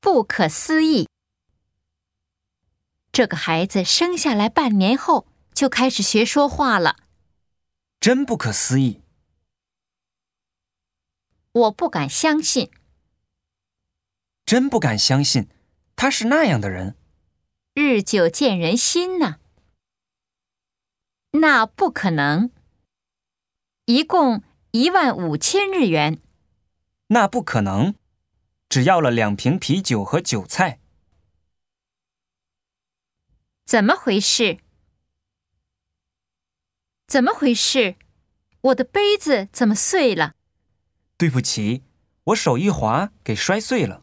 不可思议。这个孩子生下来半年后就开始学说话了。真不可思议！我不敢相信，真不敢相信，他是那样的人。日久见人心呐、那不可能。一共一万五千日元，那不可能！只要了两瓶啤酒和韭菜，怎么回事？怎么回事？我的杯子怎么碎了？对不起，我手一滑给摔碎了。